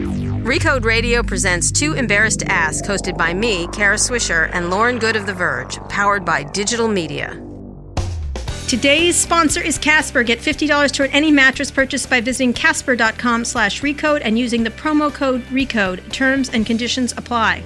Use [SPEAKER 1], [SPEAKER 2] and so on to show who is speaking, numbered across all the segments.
[SPEAKER 1] Recode Radio presents Too Embarrassed to Ask, hosted by me, Kara Swisher, and Lauren Good of The Verge, powered by digital media.
[SPEAKER 2] Today's sponsor is Casper. Get $50 toward any mattress purchased by visiting casper.com slash recode and using the promo code RECODE. Terms and conditions apply.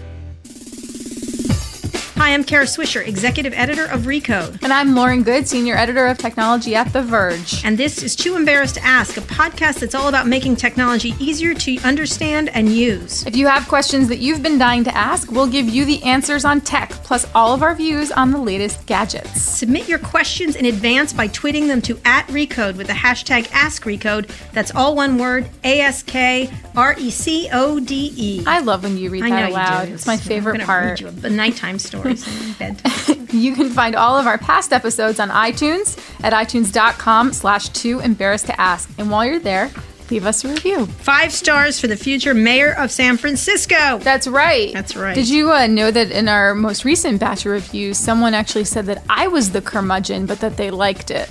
[SPEAKER 2] Hi, I'm Kara Swisher, executive editor of Recode.
[SPEAKER 3] And I'm Lauren Good, senior editor of technology at The Verge.
[SPEAKER 2] And this is Too Embarrassed to Ask, a podcast that's all about making technology easier to understand and use.
[SPEAKER 3] If you have questions that you've been dying to ask, we'll give you the answers on tech, plus all of our views on the latest gadgets.
[SPEAKER 2] Submit your questions in advance by tweeting them to at Recode with the hashtag AskRecode. That's all one word, E A-S-K-R-E-C-O-D-E.
[SPEAKER 3] I love when you read
[SPEAKER 2] I know
[SPEAKER 3] that
[SPEAKER 2] you
[SPEAKER 3] aloud.
[SPEAKER 2] do.
[SPEAKER 3] It's my
[SPEAKER 2] So I'm
[SPEAKER 3] favorite
[SPEAKER 2] gonna
[SPEAKER 3] part.
[SPEAKER 2] Read you a nighttime story, so bedtime.
[SPEAKER 3] You can find all of our past episodes on iTunes at itunes.com slash too embarrassed to ask. And while you're there, leave us a review.
[SPEAKER 2] Five stars for the future mayor of San Francisco.
[SPEAKER 3] That's right.
[SPEAKER 2] That's right.
[SPEAKER 3] Did you uh, know that in our most recent batch of reviews, someone actually said that I was the curmudgeon, but that they liked it?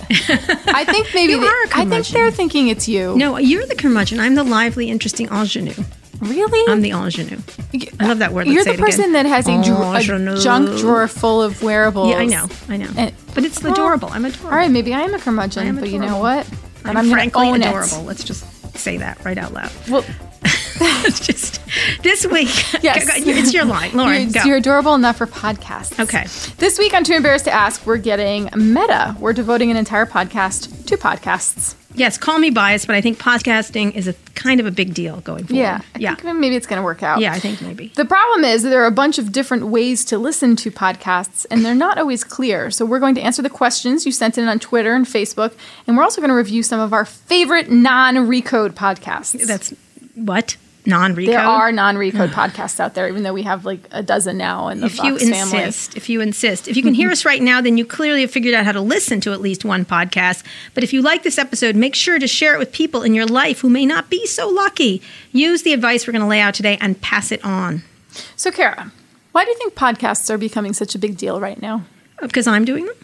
[SPEAKER 3] I think maybe
[SPEAKER 2] You
[SPEAKER 3] they,
[SPEAKER 2] are a
[SPEAKER 3] I think
[SPEAKER 2] curmudgeon.
[SPEAKER 3] they're thinking it's you.
[SPEAKER 2] No, you're the curmudgeon. I'm the lively, interesting ingenue.
[SPEAKER 3] really?
[SPEAKER 2] I'm the ingenue. I love that word. Let's
[SPEAKER 3] You're
[SPEAKER 2] say it
[SPEAKER 3] the
[SPEAKER 2] again. Oh,
[SPEAKER 3] person that has a, dra- a
[SPEAKER 2] Ingenue.
[SPEAKER 3] junk drawer full of wearables.
[SPEAKER 2] Yeah, I know. I know.
[SPEAKER 3] And-
[SPEAKER 2] but it's
[SPEAKER 3] Well,
[SPEAKER 2] adorable. I'm adorable.
[SPEAKER 3] All right, maybe I am a curmudgeon,
[SPEAKER 2] I am
[SPEAKER 3] but you know
[SPEAKER 2] adorable.
[SPEAKER 3] what?
[SPEAKER 2] I'm,
[SPEAKER 3] And gonna
[SPEAKER 2] frankly
[SPEAKER 3] own it.
[SPEAKER 2] adorable. Let's just say that right out loud.
[SPEAKER 3] Well,
[SPEAKER 2] It's just this week.
[SPEAKER 3] Yes.
[SPEAKER 2] Go- go- it's your line, Lauren.
[SPEAKER 3] you're,
[SPEAKER 2] go.
[SPEAKER 3] you're adorable enough for podcasts.
[SPEAKER 2] Okay.
[SPEAKER 3] This week on Too Embarrassed to Ask, we're getting meta. We're devoting an entire podcast to podcasts.
[SPEAKER 2] yes, call me biased, but I think podcasting is a kind of a big deal going forward.
[SPEAKER 3] Yeah. I
[SPEAKER 2] yeah,
[SPEAKER 3] think maybe it's going to work out.
[SPEAKER 2] yeah. I think maybe.
[SPEAKER 3] The problem is that there are a bunch of different ways to listen to podcasts, and they're not always clear. So we're going to answer the questions you sent in on Twitter and Facebook, and we're also going to review some of our favorite non-recode podcasts.
[SPEAKER 2] That's what non-recode.
[SPEAKER 3] there are non-recode podcasts out there, even though we have like a dozen now in the
[SPEAKER 2] if
[SPEAKER 3] Vox
[SPEAKER 2] you
[SPEAKER 3] family.
[SPEAKER 2] insist, if you insist, if you can hear us right now, then you clearly have figured out how to listen to at least one podcast. But if you like this episode, make sure to share it with people in your life who may not be so lucky. Use the advice we're going to lay out today and pass it on.
[SPEAKER 3] So, Kara, why do you think podcasts are becoming such a big deal right now?
[SPEAKER 2] Because I'm doing them.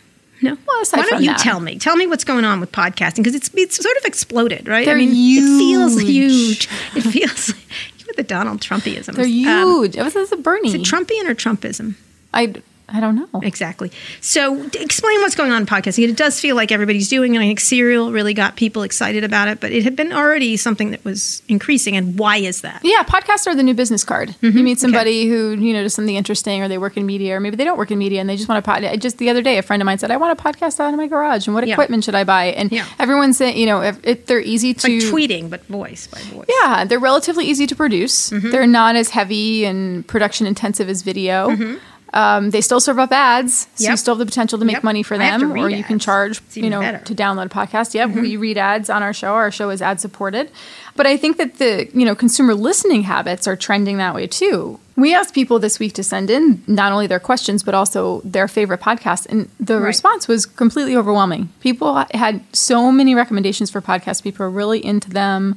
[SPEAKER 2] No.
[SPEAKER 3] Well, aside
[SPEAKER 2] Why don't
[SPEAKER 3] from
[SPEAKER 2] you
[SPEAKER 3] that.
[SPEAKER 2] tell me? Tell me what's going on with podcasting because it's it's sort of exploded, right?
[SPEAKER 3] They're
[SPEAKER 2] I mean, it feels
[SPEAKER 3] huge.
[SPEAKER 2] huge. It feels you with the Donald Trumpism.
[SPEAKER 3] They're huge. it was, it was a Bernie.
[SPEAKER 2] is it Trumpian or Trumpism?
[SPEAKER 3] I, I don't know.
[SPEAKER 2] Exactly. So d- explain what's going on in podcasting. It does feel like everybody's doing it. I think Serial really got people excited about it, but it had been already something that was increasing. And why is that?
[SPEAKER 3] Yeah, podcasts are the new business card.
[SPEAKER 2] Mm-hmm.
[SPEAKER 3] You meet somebody who you know does something interesting, or they work in media, or maybe they don't work in media and they just want to podcast. Just the other day, a friend of mine said, "I want a podcast out of my garage, and what
[SPEAKER 2] Yeah.
[SPEAKER 3] equipment should I buy?" And
[SPEAKER 2] Yeah.
[SPEAKER 3] everyone's saying, you know, if, if they're easy to
[SPEAKER 2] Like tweeting, but voice by voice.
[SPEAKER 3] yeah, they're relatively easy to produce.
[SPEAKER 2] Mm-hmm.
[SPEAKER 3] They're not as heavy and production intensive as video. Um, they still serve up ads, so you
[SPEAKER 2] Mm-hmm. Yep.
[SPEAKER 3] still have the potential to make
[SPEAKER 2] Yep.
[SPEAKER 3] money for
[SPEAKER 2] I have to
[SPEAKER 3] them, or
[SPEAKER 2] read
[SPEAKER 3] you can
[SPEAKER 2] ads.
[SPEAKER 3] charge
[SPEAKER 2] It's
[SPEAKER 3] you
[SPEAKER 2] even
[SPEAKER 3] know
[SPEAKER 2] better. Mm-hmm.
[SPEAKER 3] to download podcasts. Yep, we read ads on our show. Our show is ad supported, but I think that the you know consumer listening habits are trending that way too. We asked people this week to send in not only their questions but also their favorite podcasts, and the
[SPEAKER 2] Right.
[SPEAKER 3] response was completely overwhelming. People had so many recommendations for podcasts. People are really into them.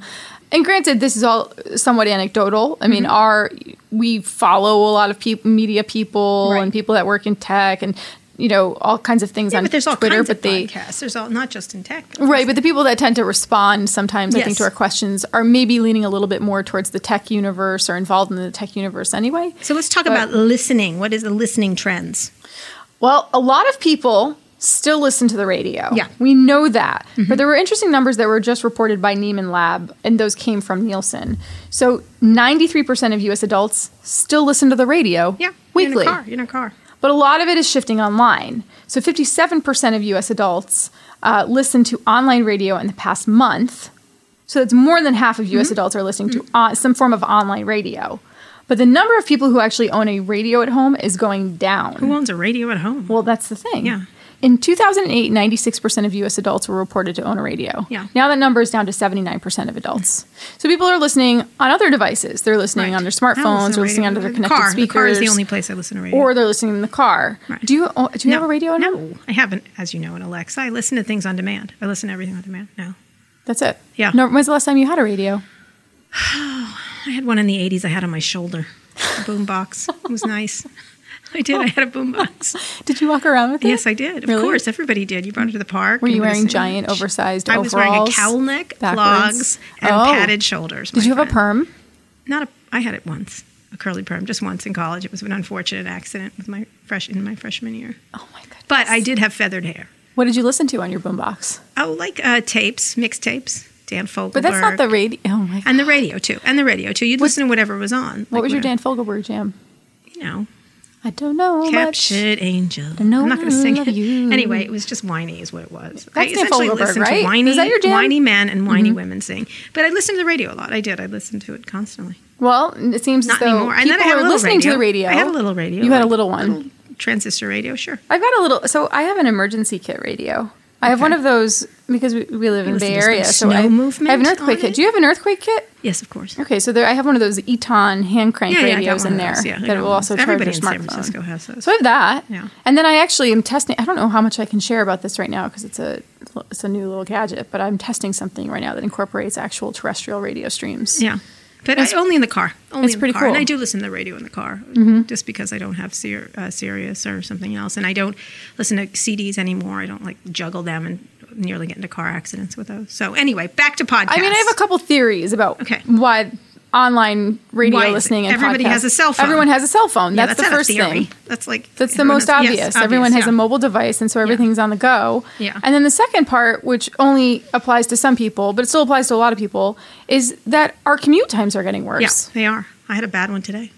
[SPEAKER 3] And granted, this is all somewhat anecdotal. I mean,
[SPEAKER 2] Mm-hmm.
[SPEAKER 3] our we follow a lot of peop media people
[SPEAKER 2] Right.
[SPEAKER 3] and people that work in tech, and you know all kinds of things
[SPEAKER 2] Yeah,
[SPEAKER 3] on
[SPEAKER 2] but there's all
[SPEAKER 3] Twitter.
[SPEAKER 2] kinds
[SPEAKER 3] but
[SPEAKER 2] of
[SPEAKER 3] they
[SPEAKER 2] podcasts. There's all not just in tech.
[SPEAKER 3] Right, but the people that tend to respond sometimes, I think,
[SPEAKER 2] Yes.
[SPEAKER 3] to our questions are maybe leaning a little bit more towards the tech universe or involved in the tech universe anyway.
[SPEAKER 2] So let's talk
[SPEAKER 3] But-
[SPEAKER 2] about listening. What is the listening trends?
[SPEAKER 3] Well, a lot of people still listen to the radio.
[SPEAKER 2] Yeah. Mm-hmm.
[SPEAKER 3] We know that. But there were interesting numbers that were just reported by Neiman Lab, and those came from Nielsen. So 93% of US adults still listen to the radio
[SPEAKER 2] Yeah, You're
[SPEAKER 3] weekly.
[SPEAKER 2] in a car. You're in a car.
[SPEAKER 3] But a lot of it is shifting online. So 57% of US adults uh, listen to online radio in the past month. So that's more than half of
[SPEAKER 2] Mm-hmm.
[SPEAKER 3] US adults are listening
[SPEAKER 2] Mm.
[SPEAKER 3] to on, some form of online radio. But the number of people who actually own a radio at home is going down.
[SPEAKER 2] Who owns a radio at home?
[SPEAKER 3] Well, that's the thing.
[SPEAKER 2] Yeah.
[SPEAKER 3] In 2008, 96% of US adults were reported to own a radio.
[SPEAKER 2] Yeah.
[SPEAKER 3] Now that number is down to 79% of adults. So people are listening on other devices. They're listening
[SPEAKER 2] Right.
[SPEAKER 3] on their
[SPEAKER 2] I don't listen
[SPEAKER 3] smartphones
[SPEAKER 2] to radio.
[SPEAKER 3] or listening on their
[SPEAKER 2] The
[SPEAKER 3] connected
[SPEAKER 2] car.
[SPEAKER 3] speakers.
[SPEAKER 2] The car is the only place I listen to radio.
[SPEAKER 3] Or they're listening in the car.
[SPEAKER 2] Right.
[SPEAKER 3] Do you oh, do you have a radio at home?
[SPEAKER 2] No, I haven't, as you know, in Alexa. I listen to things on demand. I listen to everything on demand now.
[SPEAKER 3] That's it.
[SPEAKER 2] Yeah.
[SPEAKER 3] No, when's the last time you had a radio?
[SPEAKER 2] I had one in the 80s I had on my shoulder. A boombox. it was nice. I did. I had a boombox.
[SPEAKER 3] Did you walk around with it?
[SPEAKER 2] Yes, I did. Of
[SPEAKER 3] Really?
[SPEAKER 2] course, everybody did. You brought it to the park.
[SPEAKER 3] Were
[SPEAKER 2] and
[SPEAKER 3] you
[SPEAKER 2] went to
[SPEAKER 3] wearing
[SPEAKER 2] see-
[SPEAKER 3] giant, oversized
[SPEAKER 2] I was wearing a
[SPEAKER 3] overalls
[SPEAKER 2] cowl neck,
[SPEAKER 3] backwards?
[SPEAKER 2] clogs, and
[SPEAKER 3] Oh.
[SPEAKER 2] padded shoulders.
[SPEAKER 3] Did
[SPEAKER 2] my
[SPEAKER 3] you have a
[SPEAKER 2] friend.
[SPEAKER 3] perm?
[SPEAKER 2] not a. I had it once, a curly perm, just once in college. It was an unfortunate accident with my fresh in uh, my freshman year.
[SPEAKER 3] Oh my goodness.
[SPEAKER 2] But I did have feathered hair.
[SPEAKER 3] What did you listen to on your boombox?
[SPEAKER 2] Oh, like uh, tapes, mixtapes, Dan Fogelberg.
[SPEAKER 3] But that's not the radio. Oh my god.
[SPEAKER 2] and the radio too, and the radio too. You'd listen to whatever was on.
[SPEAKER 3] What
[SPEAKER 2] like
[SPEAKER 3] was your
[SPEAKER 2] whatever-
[SPEAKER 3] Dan Fogelberg jam?
[SPEAKER 2] You know,
[SPEAKER 3] I don't know. Much.
[SPEAKER 2] captured angel.
[SPEAKER 3] know
[SPEAKER 2] I'm not going
[SPEAKER 3] I
[SPEAKER 2] to sing
[SPEAKER 3] love
[SPEAKER 2] it
[SPEAKER 3] you.
[SPEAKER 2] anyway. It was just whiny, is what it was. I
[SPEAKER 3] Dan
[SPEAKER 2] essentially
[SPEAKER 3] Fogelberg,
[SPEAKER 2] listened
[SPEAKER 3] right?
[SPEAKER 2] to whiny,
[SPEAKER 3] Is that your jam? Mm-hmm.
[SPEAKER 2] whiny men and whiny women sing. But I listened to the radio a lot. I did. I listened to it constantly.
[SPEAKER 3] Well, it seems
[SPEAKER 2] Not
[SPEAKER 3] as though
[SPEAKER 2] anymore. And
[SPEAKER 3] people
[SPEAKER 2] then I had
[SPEAKER 3] are
[SPEAKER 2] a little
[SPEAKER 3] listening to the radio.
[SPEAKER 2] I had a little radio.
[SPEAKER 3] You had a
[SPEAKER 2] like
[SPEAKER 3] little one.
[SPEAKER 2] little transistor radio. Sure.
[SPEAKER 3] I've got a little. So I have an emergency kit radio. I have one of those because we, we live in
[SPEAKER 2] listen
[SPEAKER 3] Bay
[SPEAKER 2] to some
[SPEAKER 3] Area. So
[SPEAKER 2] snow
[SPEAKER 3] I,
[SPEAKER 2] movement
[SPEAKER 3] I have an
[SPEAKER 2] on
[SPEAKER 3] earthquake
[SPEAKER 2] it?
[SPEAKER 3] kit. Do you have an earthquake kit?
[SPEAKER 2] Yes, of course.
[SPEAKER 3] Okay, so there I have one of those Eton hand crank
[SPEAKER 2] Yeah, yeah, I got
[SPEAKER 3] radios
[SPEAKER 2] one
[SPEAKER 3] in
[SPEAKER 2] of
[SPEAKER 3] there
[SPEAKER 2] those. Yeah, I
[SPEAKER 3] that
[SPEAKER 2] got
[SPEAKER 3] will
[SPEAKER 2] one.
[SPEAKER 3] also charge
[SPEAKER 2] Everybody
[SPEAKER 3] your
[SPEAKER 2] in
[SPEAKER 3] smartphone.
[SPEAKER 2] San Francisco has those.
[SPEAKER 3] So I have that.
[SPEAKER 2] Yeah.
[SPEAKER 3] And then I actually am testing. I don't know how much I can share about this right now because it's a it's a new little gadget, but I'm testing something right now that incorporates actual terrestrial radio streams.
[SPEAKER 2] Yeah. But it's only in the car. Only
[SPEAKER 3] it's
[SPEAKER 2] in
[SPEAKER 3] pretty
[SPEAKER 2] the car. And
[SPEAKER 3] cool. Mm-hmm.
[SPEAKER 2] I do listen to the radio in the car just because I don't have Sir, uh, Sirius or something else. And I don't listen to CDs anymore. I don't like juggle them and nearly get into car accidents with those. So anyway, back to podcasts.
[SPEAKER 3] I mean, I have a couple theories about
[SPEAKER 2] Okay.
[SPEAKER 3] why online radio
[SPEAKER 2] Why is it-
[SPEAKER 3] listening and
[SPEAKER 2] everybody
[SPEAKER 3] podcasts-
[SPEAKER 2] has a cell phone.
[SPEAKER 3] Everyone has a cell phone.
[SPEAKER 2] Yeah,
[SPEAKER 3] that's, the
[SPEAKER 2] not a
[SPEAKER 3] first
[SPEAKER 2] theory.
[SPEAKER 3] thing.
[SPEAKER 2] That's like
[SPEAKER 3] That's the
[SPEAKER 2] everyone
[SPEAKER 3] most
[SPEAKER 2] has- yes,
[SPEAKER 3] obvious. Everyone has
[SPEAKER 2] yeah.
[SPEAKER 3] a mobile device, and so everything's on the go.
[SPEAKER 2] Yeah.
[SPEAKER 3] And then the second part, which only applies to some people, but it still applies to a lot of people, is that our commute times are getting
[SPEAKER 2] Yeah,
[SPEAKER 3] worse.
[SPEAKER 2] they are. I had a bad one today.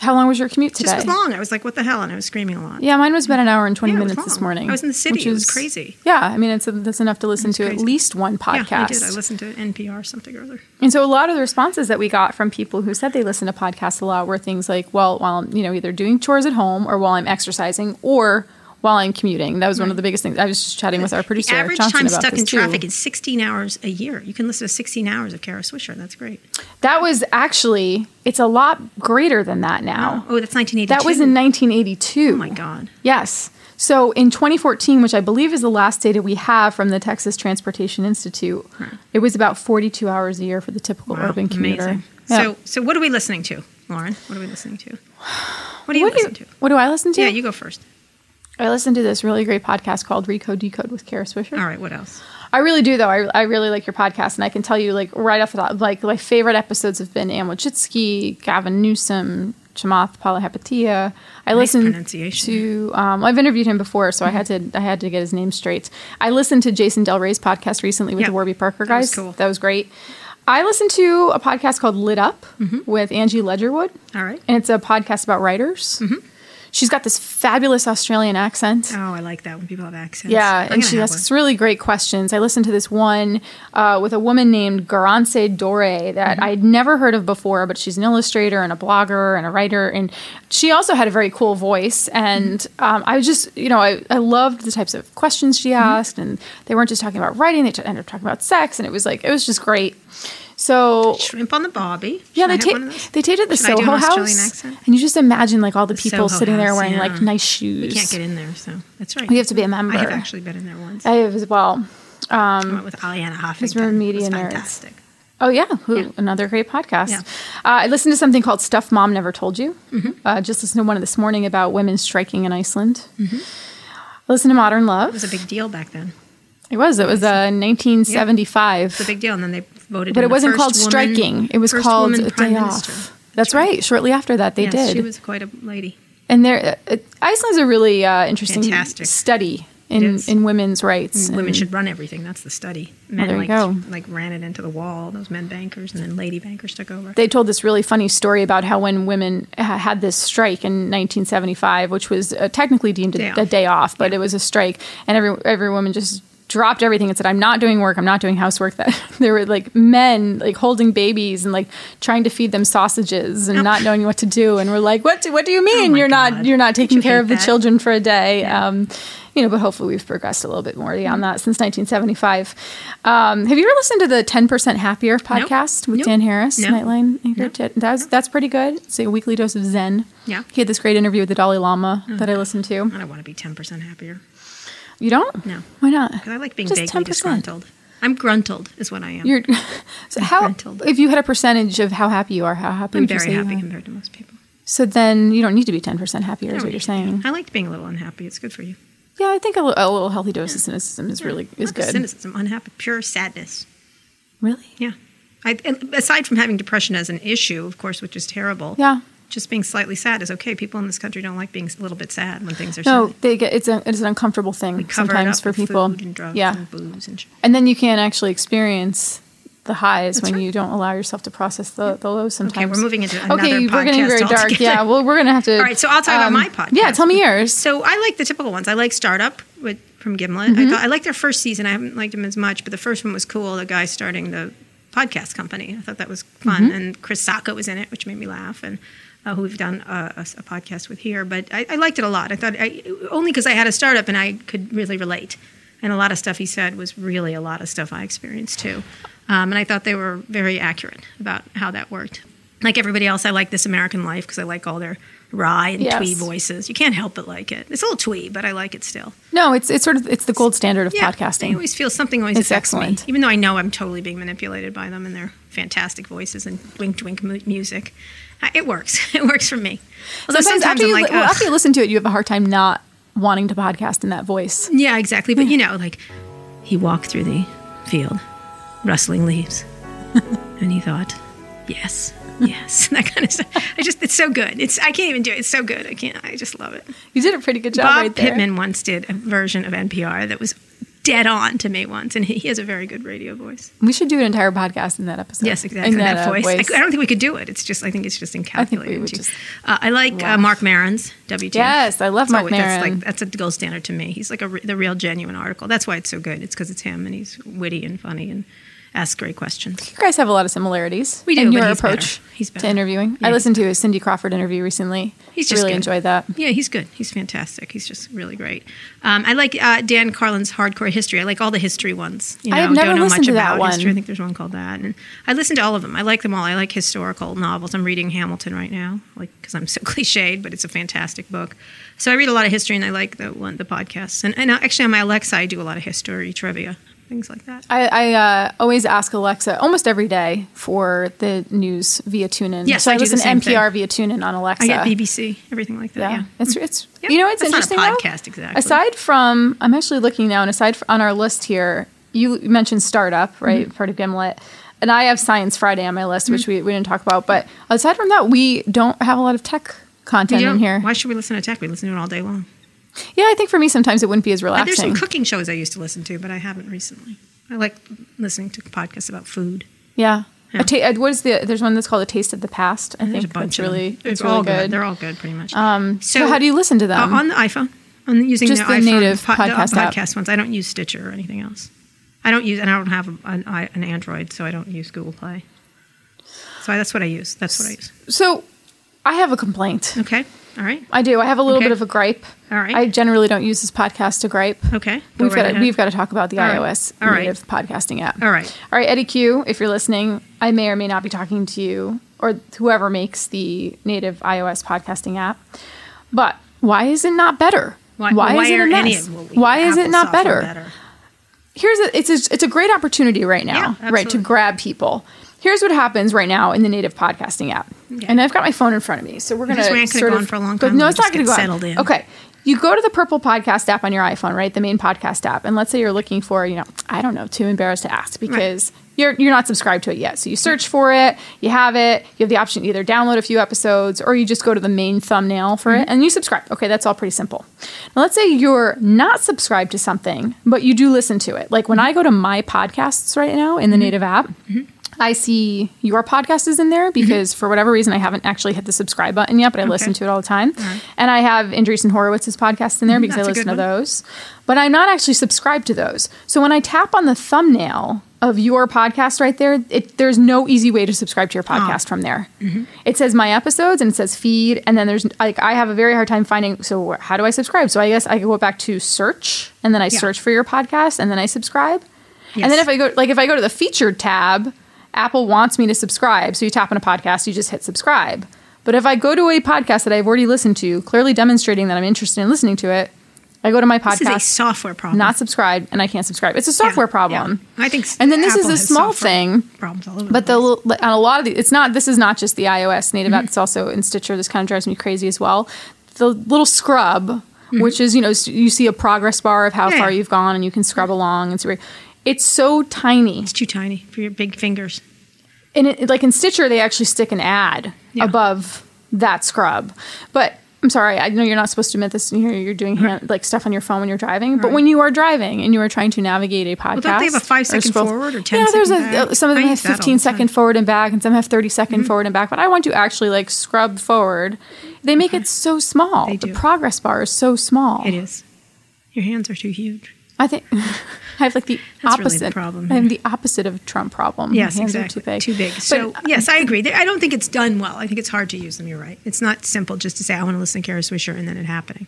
[SPEAKER 3] How long was your commute
[SPEAKER 2] It
[SPEAKER 3] today?
[SPEAKER 2] just was long. I was like, what the hell? And I was screaming a lot.
[SPEAKER 3] Yeah, mine was about an hour and twenty
[SPEAKER 2] Yeah, it was
[SPEAKER 3] minutes this
[SPEAKER 2] long.
[SPEAKER 3] morning.
[SPEAKER 2] I was in the city.
[SPEAKER 3] which
[SPEAKER 2] It was crazy.
[SPEAKER 3] Yeah, I mean, it's that's enough to listen to at
[SPEAKER 2] crazy.
[SPEAKER 3] least one podcast.
[SPEAKER 2] Yeah, I did. I listened to NPR or something or other.
[SPEAKER 3] And so a lot of the responses that we got from people who said they listen to podcasts a lot were things like, well, while I'm, you know, either doing chores at home or while I'm exercising or while I'm commuting. That was one of the biggest things. I was just chatting with our producer,
[SPEAKER 2] the average
[SPEAKER 3] Johnson,
[SPEAKER 2] time
[SPEAKER 3] about
[SPEAKER 2] stuck
[SPEAKER 3] this
[SPEAKER 2] in traffic
[SPEAKER 3] too.
[SPEAKER 2] is 16 hours a year. You can listen to 16 hours of Kara Swisher. That's great.
[SPEAKER 3] That was actually, it's a lot greater than that now.
[SPEAKER 2] Oh, that's 1982.
[SPEAKER 3] That was in 1982.
[SPEAKER 2] Oh my God.
[SPEAKER 3] Yes. So in 2014, which I believe is the last data we have from the Texas Transportation Institute, it was about 42 hours a year for the typical
[SPEAKER 2] Wow,
[SPEAKER 3] urban commuter.
[SPEAKER 2] amazing.
[SPEAKER 3] Yeah.
[SPEAKER 2] So, so what are we listening to, Lauren? What are we listening to? What do you
[SPEAKER 3] what do,
[SPEAKER 2] listen
[SPEAKER 3] you,
[SPEAKER 2] to?
[SPEAKER 3] what do I listen to?
[SPEAKER 2] Yeah, you go first.
[SPEAKER 3] I listened to this really great podcast called Recode Decode with Kara Swisher.
[SPEAKER 2] All right. What else?
[SPEAKER 3] I really do though. I, I really like your podcast, and I can tell you like right off the top, like my favorite episodes have been Anne Wojcicki, Gavin Newsom, Chamath Palihapitiya. I listened
[SPEAKER 2] pronunciation.
[SPEAKER 3] to. Um, I've interviewed him before, so I had to I had to get his name straight. I listened to Jason Del Rey's podcast recently with
[SPEAKER 2] Yeah.
[SPEAKER 3] the Warby Parker
[SPEAKER 2] That was
[SPEAKER 3] guys.
[SPEAKER 2] cool.
[SPEAKER 3] That was great. I listened to a podcast called Lit Up with Angie Ledgerwood,
[SPEAKER 2] Mm-hmm. All right. Mm-hmm.
[SPEAKER 3] and it's a podcast about writers. She's got this fabulous Australian accent.
[SPEAKER 2] Oh, I like that when people have accents.
[SPEAKER 3] Yeah,
[SPEAKER 2] I'm
[SPEAKER 3] and
[SPEAKER 2] gonna
[SPEAKER 3] she
[SPEAKER 2] have
[SPEAKER 3] asks really great questions. I listened to this one uh, with a woman named Garance Dore that
[SPEAKER 2] Mm-hmm.
[SPEAKER 3] I'd never heard of before, but she's an illustrator and a blogger and a writer. And she also had a very cool voice. And
[SPEAKER 2] Mm-hmm.
[SPEAKER 3] um, I was just, you know, I, I loved the types of questions she
[SPEAKER 2] Mm-hmm.
[SPEAKER 3] asked. And they weren't just talking about writing, they t- ended up talking about sex. And it was like, it was just great. So.
[SPEAKER 2] one. shrimp on the bobby. Should
[SPEAKER 3] Yeah,
[SPEAKER 2] I
[SPEAKER 3] they,
[SPEAKER 2] have
[SPEAKER 3] ta-
[SPEAKER 2] one of those?
[SPEAKER 3] they taped at the
[SPEAKER 2] Should I do an
[SPEAKER 3] Soho
[SPEAKER 2] Australian
[SPEAKER 3] House,
[SPEAKER 2] accent?
[SPEAKER 3] and you just imagine like all the people
[SPEAKER 2] Soho
[SPEAKER 3] sitting there
[SPEAKER 2] House,
[SPEAKER 3] wearing like
[SPEAKER 2] yeah.
[SPEAKER 3] nice shoes.
[SPEAKER 2] We can't get in there, so that's right.
[SPEAKER 3] We have to be a member.
[SPEAKER 2] I have actually been in there once.
[SPEAKER 3] I have as well.
[SPEAKER 2] I went with Aliana Huffington.
[SPEAKER 3] we're media
[SPEAKER 2] it was
[SPEAKER 3] nerds.
[SPEAKER 2] fantastic.
[SPEAKER 3] Oh yeah, who, another great podcast.
[SPEAKER 2] Yeah. Mm-hmm.
[SPEAKER 3] Uh, I listened to something called "Stuff Mom Never Told You." Uh, just listened to one this morning about women striking in Iceland. I listened to Modern Love.
[SPEAKER 2] Mm-hmm. It was a big deal back then.
[SPEAKER 3] It was. It was uh, 1975.
[SPEAKER 2] It's a big deal, and then they voted.
[SPEAKER 3] but
[SPEAKER 2] in the
[SPEAKER 3] it wasn't
[SPEAKER 2] first
[SPEAKER 3] called
[SPEAKER 2] woman-
[SPEAKER 3] striking. It was
[SPEAKER 2] first
[SPEAKER 3] called
[SPEAKER 2] woman
[SPEAKER 3] a
[SPEAKER 2] prime
[SPEAKER 3] day
[SPEAKER 2] minister.
[SPEAKER 3] off. That's right. Shortly after that, they
[SPEAKER 2] Yes,
[SPEAKER 3] did.
[SPEAKER 2] She was quite a lady.
[SPEAKER 3] and there, uh, Iceland's a really uh, interesting
[SPEAKER 2] Fantastic.
[SPEAKER 3] study
[SPEAKER 2] It
[SPEAKER 3] in,
[SPEAKER 2] is.
[SPEAKER 3] in women's rights.
[SPEAKER 2] Women
[SPEAKER 3] and-
[SPEAKER 2] should run everything. That's the study. Men
[SPEAKER 3] Mm. there you
[SPEAKER 2] like
[SPEAKER 3] go.
[SPEAKER 2] like ran it into the wall. Those men bankers, and then lady bankers took over.
[SPEAKER 3] they told this really funny story about how when women ha- had this strike in 1975, which was uh, technically deemed a
[SPEAKER 2] Day
[SPEAKER 3] day,
[SPEAKER 2] off.
[SPEAKER 3] a day off, but it was a strike, and every every woman just dropped everything and said, "I'm not doing work. I'm not doing housework." That there were like men like holding babies and like trying to feed them sausages and not knowing what to do, and we're like, "What? Do, what do you mean
[SPEAKER 2] Oh my
[SPEAKER 3] you're
[SPEAKER 2] God.
[SPEAKER 3] not you're not taking
[SPEAKER 2] you
[SPEAKER 3] care
[SPEAKER 2] hate
[SPEAKER 3] of the
[SPEAKER 2] that?
[SPEAKER 3] children for a day?" Um, you know, but hopefully we've progressed a little bit more beyond
[SPEAKER 2] Mm-hmm.
[SPEAKER 3] that since 1975. Um, have you ever listened to the 10% Happier podcast with
[SPEAKER 2] Nope.
[SPEAKER 3] Dan Harris,
[SPEAKER 2] No.
[SPEAKER 3] Nightline anchor? Ted- That's that's pretty good. It's a weekly dose of Zen.
[SPEAKER 2] Yeah. Mm-hmm.
[SPEAKER 3] He had this great interview with the Dalai Lama that I listened to.
[SPEAKER 2] I don't want to be ten percent happier
[SPEAKER 3] You don't?
[SPEAKER 2] No.
[SPEAKER 3] Why not?
[SPEAKER 2] because I like being
[SPEAKER 3] Just
[SPEAKER 2] vaguely
[SPEAKER 3] 10%.
[SPEAKER 2] disgruntled. I'm gruntled is what I am.
[SPEAKER 3] You're so how
[SPEAKER 2] Disgruntled.
[SPEAKER 3] if you had a percentage of how happy you are, how happy
[SPEAKER 2] I'm
[SPEAKER 3] would you
[SPEAKER 2] very
[SPEAKER 3] say you
[SPEAKER 2] happy
[SPEAKER 3] are?
[SPEAKER 2] compared to most people.
[SPEAKER 3] So then you don't need to be 10% happier is
[SPEAKER 2] I
[SPEAKER 3] what
[SPEAKER 2] don't
[SPEAKER 3] you're
[SPEAKER 2] need to
[SPEAKER 3] saying.
[SPEAKER 2] be. I liked being a little unhappy. It's good for you.
[SPEAKER 3] Yeah, I think a, li- a little healthy dose of cynicism is really
[SPEAKER 2] Not
[SPEAKER 3] is
[SPEAKER 2] just
[SPEAKER 3] good.
[SPEAKER 2] Cynicism, unhappy, pure sadness.
[SPEAKER 3] Really?
[SPEAKER 2] Yeah. I, and aside from having depression as an issue, of course, which is terrible.
[SPEAKER 3] Yeah.
[SPEAKER 2] Just being slightly sad is okay. People in this country don't like being a little bit sad when things are
[SPEAKER 3] No,
[SPEAKER 2] sad.
[SPEAKER 3] they get it's a it's an uncomfortable thing
[SPEAKER 2] Cover it
[SPEAKER 3] sometimes
[SPEAKER 2] up
[SPEAKER 3] for
[SPEAKER 2] with
[SPEAKER 3] people.
[SPEAKER 2] food and drugs
[SPEAKER 3] yeah,
[SPEAKER 2] and booze and shit.
[SPEAKER 3] and then you can't actually experience the highs when
[SPEAKER 2] right.
[SPEAKER 3] you don't allow yourself to process the, the lows
[SPEAKER 2] Okay,
[SPEAKER 3] sometimes.
[SPEAKER 2] we're moving into another
[SPEAKER 3] Okay,
[SPEAKER 2] podcast
[SPEAKER 3] we're getting very dark.
[SPEAKER 2] altogether.
[SPEAKER 3] Yeah, well, we're gonna have to.
[SPEAKER 2] All right, so I'll talk about
[SPEAKER 3] um,
[SPEAKER 2] my podcast.
[SPEAKER 3] Yeah, tell me yours.
[SPEAKER 2] So I like the typical ones. I like Startup with, from Gimlet. I, thought, I like their first season. I haven't liked them as much, but the first one was cool. The guy starting the podcast company. I thought that was fun. And Chris Sacco was in it, which made me laugh. And uh, who we've done uh, a, s- a podcast with here, but I, I liked it a lot. I thought I, only because I had a startup and I could really relate. And a lot of stuff he said was really a lot of stuff I experienced too. Um, and I thought they were very accurate about how that worked. Like everybody else, I like This American Life because I like all their wry and twee
[SPEAKER 3] Yes.
[SPEAKER 2] voices voices. You can't help but like it. It's a little twee, but I like it still.
[SPEAKER 3] No, it's it's sort of it's the gold standard of
[SPEAKER 2] I
[SPEAKER 3] podcasting.
[SPEAKER 2] always feel something always
[SPEAKER 3] It's
[SPEAKER 2] affects
[SPEAKER 3] excellent.
[SPEAKER 2] me, even though I know I'm totally being manipulated by them and their fantastic voices and wink wink mu- music. Uh, It works. It works for me. Although sometimes,
[SPEAKER 3] after
[SPEAKER 2] I'm
[SPEAKER 3] you,
[SPEAKER 2] like,
[SPEAKER 3] well,
[SPEAKER 2] "Ugh."
[SPEAKER 3] after you listen to it, you have a hard time not wanting to podcast in that voice.
[SPEAKER 2] yeah, exactly. But you know, like he walked through the field, rustling leaves, and he thought, yes. Yes, that kind of stuff. I just, it's so good. It's, I can't even do it. It's so good. I can't, I just love it.
[SPEAKER 3] You did a pretty good job
[SPEAKER 2] Bob
[SPEAKER 3] right there.
[SPEAKER 2] Pittman once did a version of NPR that was dead on to me once, and he he has a very good radio voice.
[SPEAKER 3] We should do an entire podcast in that episode.
[SPEAKER 2] Yes, exactly.
[SPEAKER 3] In
[SPEAKER 2] That,
[SPEAKER 3] uh,
[SPEAKER 2] voice. I, I don't think we could do it. It's just, I think it's just incalculable.
[SPEAKER 3] would just
[SPEAKER 2] uh, I like uh,
[SPEAKER 3] laugh.
[SPEAKER 2] Mark Maron's WTF.
[SPEAKER 3] Yes, I love
[SPEAKER 2] It's
[SPEAKER 3] Mark
[SPEAKER 2] always- That's
[SPEAKER 3] Maron.
[SPEAKER 2] like that's a gold standard to me. He's like a, re- the real, genuine article. That's why it's so good. It's because it's him, and he's witty and funny and asks great questions.
[SPEAKER 3] You guys have a lot of similarities.
[SPEAKER 2] We do,
[SPEAKER 3] In
[SPEAKER 2] but
[SPEAKER 3] your
[SPEAKER 2] he's
[SPEAKER 3] approach
[SPEAKER 2] better. He's better.
[SPEAKER 3] to interviewing.
[SPEAKER 2] Yeah.
[SPEAKER 3] I listened to a Cindy Crawford interview recently.
[SPEAKER 2] He's just
[SPEAKER 3] really
[SPEAKER 2] good.
[SPEAKER 3] enjoyed that.
[SPEAKER 2] Yeah, he's good. He's fantastic. He's just really great. Um, I like uh, Dan Carlin's Hardcore History. I like all the history ones. You know,
[SPEAKER 3] I have never
[SPEAKER 2] don't know
[SPEAKER 3] listened
[SPEAKER 2] much
[SPEAKER 3] to that
[SPEAKER 2] about
[SPEAKER 3] one.
[SPEAKER 2] history. I think there's one called that. And I listen to all of them. I like them all. I like historical novels. I'm reading Hamilton right now, like because I'm so cliched, but it's a fantastic book. So I read a lot of history, and I like the one the podcasts. And, and actually, on my Alexa, I do a lot of history trivia, things like that.
[SPEAKER 3] I, I uh, always ask Alexa almost every day for the news via TuneIn.
[SPEAKER 2] Yes,
[SPEAKER 3] so I,
[SPEAKER 2] I do the same
[SPEAKER 3] listen NPR via TuneIn on Alexa.
[SPEAKER 2] I get BBC, everything like that.
[SPEAKER 3] Yeah.
[SPEAKER 2] Yeah.
[SPEAKER 3] It's it's
[SPEAKER 2] Yeah,
[SPEAKER 3] you know it's
[SPEAKER 2] that's not a
[SPEAKER 3] interesting though?
[SPEAKER 2] podcast exactly.
[SPEAKER 3] Aside from I'm actually looking now and aside fr on our list here, you mentioned startup, right?
[SPEAKER 2] Mm-hmm.
[SPEAKER 3] Part of Gimlet. And I have Science Friday on my list, which we, we didn't talk about. But aside from that, we don't have a lot of tech
[SPEAKER 2] You
[SPEAKER 3] content in
[SPEAKER 2] don't-
[SPEAKER 3] here.
[SPEAKER 2] Why should we listen to tech? We listen to it all day long.
[SPEAKER 3] Yeah, I think for me sometimes it wouldn't be as
[SPEAKER 2] There's some
[SPEAKER 3] relaxing.
[SPEAKER 2] cooking shows I used to listen to, but I haven't recently. I like listening to podcasts about food.
[SPEAKER 3] yeah.
[SPEAKER 2] Yeah.
[SPEAKER 3] A ta- uh, what is the? There's one that's called "A Taste of the Past." I
[SPEAKER 2] There's
[SPEAKER 3] think
[SPEAKER 2] a bunch
[SPEAKER 3] that's
[SPEAKER 2] of them.
[SPEAKER 3] really
[SPEAKER 2] They're
[SPEAKER 3] it's really
[SPEAKER 2] all
[SPEAKER 3] good.
[SPEAKER 2] They're all good, pretty much.
[SPEAKER 3] Um, so, how do you listen to
[SPEAKER 2] uh,
[SPEAKER 3] them?
[SPEAKER 2] on the iPhone, on using
[SPEAKER 3] Just
[SPEAKER 2] the,
[SPEAKER 3] the
[SPEAKER 2] iPhone
[SPEAKER 3] native podcast app.
[SPEAKER 2] podcast ones. I don't use Stitcher or anything else. I don't use, and I don't have an, i- an Android, so I don't use Google Play. So I, that's what I use. That's what I use.
[SPEAKER 3] so, I have a complaint.
[SPEAKER 2] Okay. All right.
[SPEAKER 3] I do. I have a little
[SPEAKER 2] Okay.
[SPEAKER 3] bit of a gripe.
[SPEAKER 2] All right.
[SPEAKER 3] I generally don't use this podcast to gripe.
[SPEAKER 2] Okay. Go
[SPEAKER 3] We've
[SPEAKER 2] right
[SPEAKER 3] got to,
[SPEAKER 2] ahead.
[SPEAKER 3] we've got to talk about the
[SPEAKER 2] All right.
[SPEAKER 3] iOS
[SPEAKER 2] All right.
[SPEAKER 3] native podcasting app.
[SPEAKER 2] All right.
[SPEAKER 3] All right, Eddie Q, if you're listening, I may or may not be talking to you or whoever makes the native iOS podcasting app. But why is it not better?
[SPEAKER 2] Why,
[SPEAKER 3] is it
[SPEAKER 2] are
[SPEAKER 3] a
[SPEAKER 2] any
[SPEAKER 3] mess?
[SPEAKER 2] of what we-
[SPEAKER 3] Why is it
[SPEAKER 2] Apple
[SPEAKER 3] not
[SPEAKER 2] software
[SPEAKER 3] better? Here's a, it's a, it's a great opportunity right now,
[SPEAKER 2] Yeah,
[SPEAKER 3] right, to
[SPEAKER 2] absolutely.
[SPEAKER 3] grab people. Here's what happens right now in the native podcasting app.
[SPEAKER 2] Okay.
[SPEAKER 3] And I've got my phone in front of me, so we're going to
[SPEAKER 2] This rant could've
[SPEAKER 3] sort
[SPEAKER 2] gone
[SPEAKER 3] of
[SPEAKER 2] for a long
[SPEAKER 3] but
[SPEAKER 2] time.
[SPEAKER 3] no,
[SPEAKER 2] Let
[SPEAKER 3] it's
[SPEAKER 2] me
[SPEAKER 3] not
[SPEAKER 2] just
[SPEAKER 3] going to
[SPEAKER 2] get
[SPEAKER 3] go
[SPEAKER 2] settled in.
[SPEAKER 3] Okay, you go to the Purple Podcast app on your iPhone, right? The main podcast app, and let's say you're looking for, you know, I don't know, too embarrassed to ask because you're you're not subscribed to it yet. So you search for it, you have it, you have the option to either download a few episodes or you just go to the main thumbnail for it and you subscribe. Okay, that's all pretty simple. Now let's say you're not subscribed to something, but you do listen to it. Like when I go to my podcasts right now in the native app. I see your podcast is in
[SPEAKER 2] Mm-hmm.
[SPEAKER 3] there because for whatever reason I haven't actually hit the subscribe button yet, but I listen to it all the time. And I have Andreessen Horowitz's podcast in there because I
[SPEAKER 2] Mm-hmm. that's a
[SPEAKER 3] listen to
[SPEAKER 2] good one.
[SPEAKER 3] those. But I'm not actually subscribed to those. So when I tap on the thumbnail of your podcast right there, it, there's no easy way to subscribe
[SPEAKER 2] Oh.
[SPEAKER 3] to your podcast from there.
[SPEAKER 2] Mm-hmm.
[SPEAKER 3] It says my episodes and it says feed, and then there's like I have a very hard time finding. So how do I subscribe? So I guess I could go back to search, and then I search for your podcast, and then I subscribe. And then
[SPEAKER 2] Yes.
[SPEAKER 3] if I go like if I go to the featured tab, Apple wants me to subscribe. So you tap on a podcast, you just hit subscribe. But if I go to a podcast that I've already listened to, clearly demonstrating that I'm interested in listening to it, I go to my
[SPEAKER 2] This is a
[SPEAKER 3] podcast,
[SPEAKER 2] software problem.
[SPEAKER 3] not subscribed, and I can't subscribe. It's a software
[SPEAKER 2] Yeah,
[SPEAKER 3] problem.
[SPEAKER 2] yeah. I think.
[SPEAKER 3] And then this
[SPEAKER 2] Apple
[SPEAKER 3] is a
[SPEAKER 2] has
[SPEAKER 3] small
[SPEAKER 2] software
[SPEAKER 3] thing.
[SPEAKER 2] Problems all over.
[SPEAKER 3] But
[SPEAKER 2] the place.
[SPEAKER 3] the l- like, on a lot of the, it's not. This is not just the iOS native
[SPEAKER 2] Mm-hmm.
[SPEAKER 3] app. It's also in Stitcher. This kind of drives me crazy as well. The little scrub, which is you know s- you see a progress bar of how
[SPEAKER 2] Mm-hmm. Yeah,
[SPEAKER 3] far
[SPEAKER 2] yeah.
[SPEAKER 3] you've gone, and you can scrub along and see. where- It's so tiny.
[SPEAKER 2] it's too tiny for your big fingers.
[SPEAKER 3] and it, like in Stitcher, they actually stick an ad
[SPEAKER 2] Yeah.
[SPEAKER 3] above that scrub. But I'm sorry, I know you're not supposed to admit this in here. You're doing hand, like stuff on your phone when you're driving, but when you are driving and you are trying to navigate a podcast,
[SPEAKER 2] don't they have a
[SPEAKER 3] or
[SPEAKER 2] five-second
[SPEAKER 3] scroll-
[SPEAKER 2] forward or 10
[SPEAKER 3] Yeah, there's
[SPEAKER 2] second
[SPEAKER 3] a,
[SPEAKER 2] back?
[SPEAKER 3] some of them
[SPEAKER 2] I
[SPEAKER 3] have
[SPEAKER 2] use that all the
[SPEAKER 3] 15 second
[SPEAKER 2] time. Mm-hmm.
[SPEAKER 3] forward and back, and some have 30 second forward and back. But I want to actually like scrub forward. They make it so small.
[SPEAKER 2] They
[SPEAKER 3] the
[SPEAKER 2] do.
[SPEAKER 3] progress bar is so small.
[SPEAKER 2] It is. Your hands are too huge.
[SPEAKER 3] I think I have like the
[SPEAKER 2] That's really
[SPEAKER 3] opposite
[SPEAKER 2] the problem
[SPEAKER 3] I have
[SPEAKER 2] here.
[SPEAKER 3] the opposite of Trump problem.
[SPEAKER 2] Yes,
[SPEAKER 3] My hands
[SPEAKER 2] exactly.
[SPEAKER 3] are too big. But,
[SPEAKER 2] So
[SPEAKER 3] uh,
[SPEAKER 2] yes, I agree. They- I don't think it's done well. I think it's hard to use them. You're right. It's not simple just to say I want to listen to Kara Swisher and then it happening.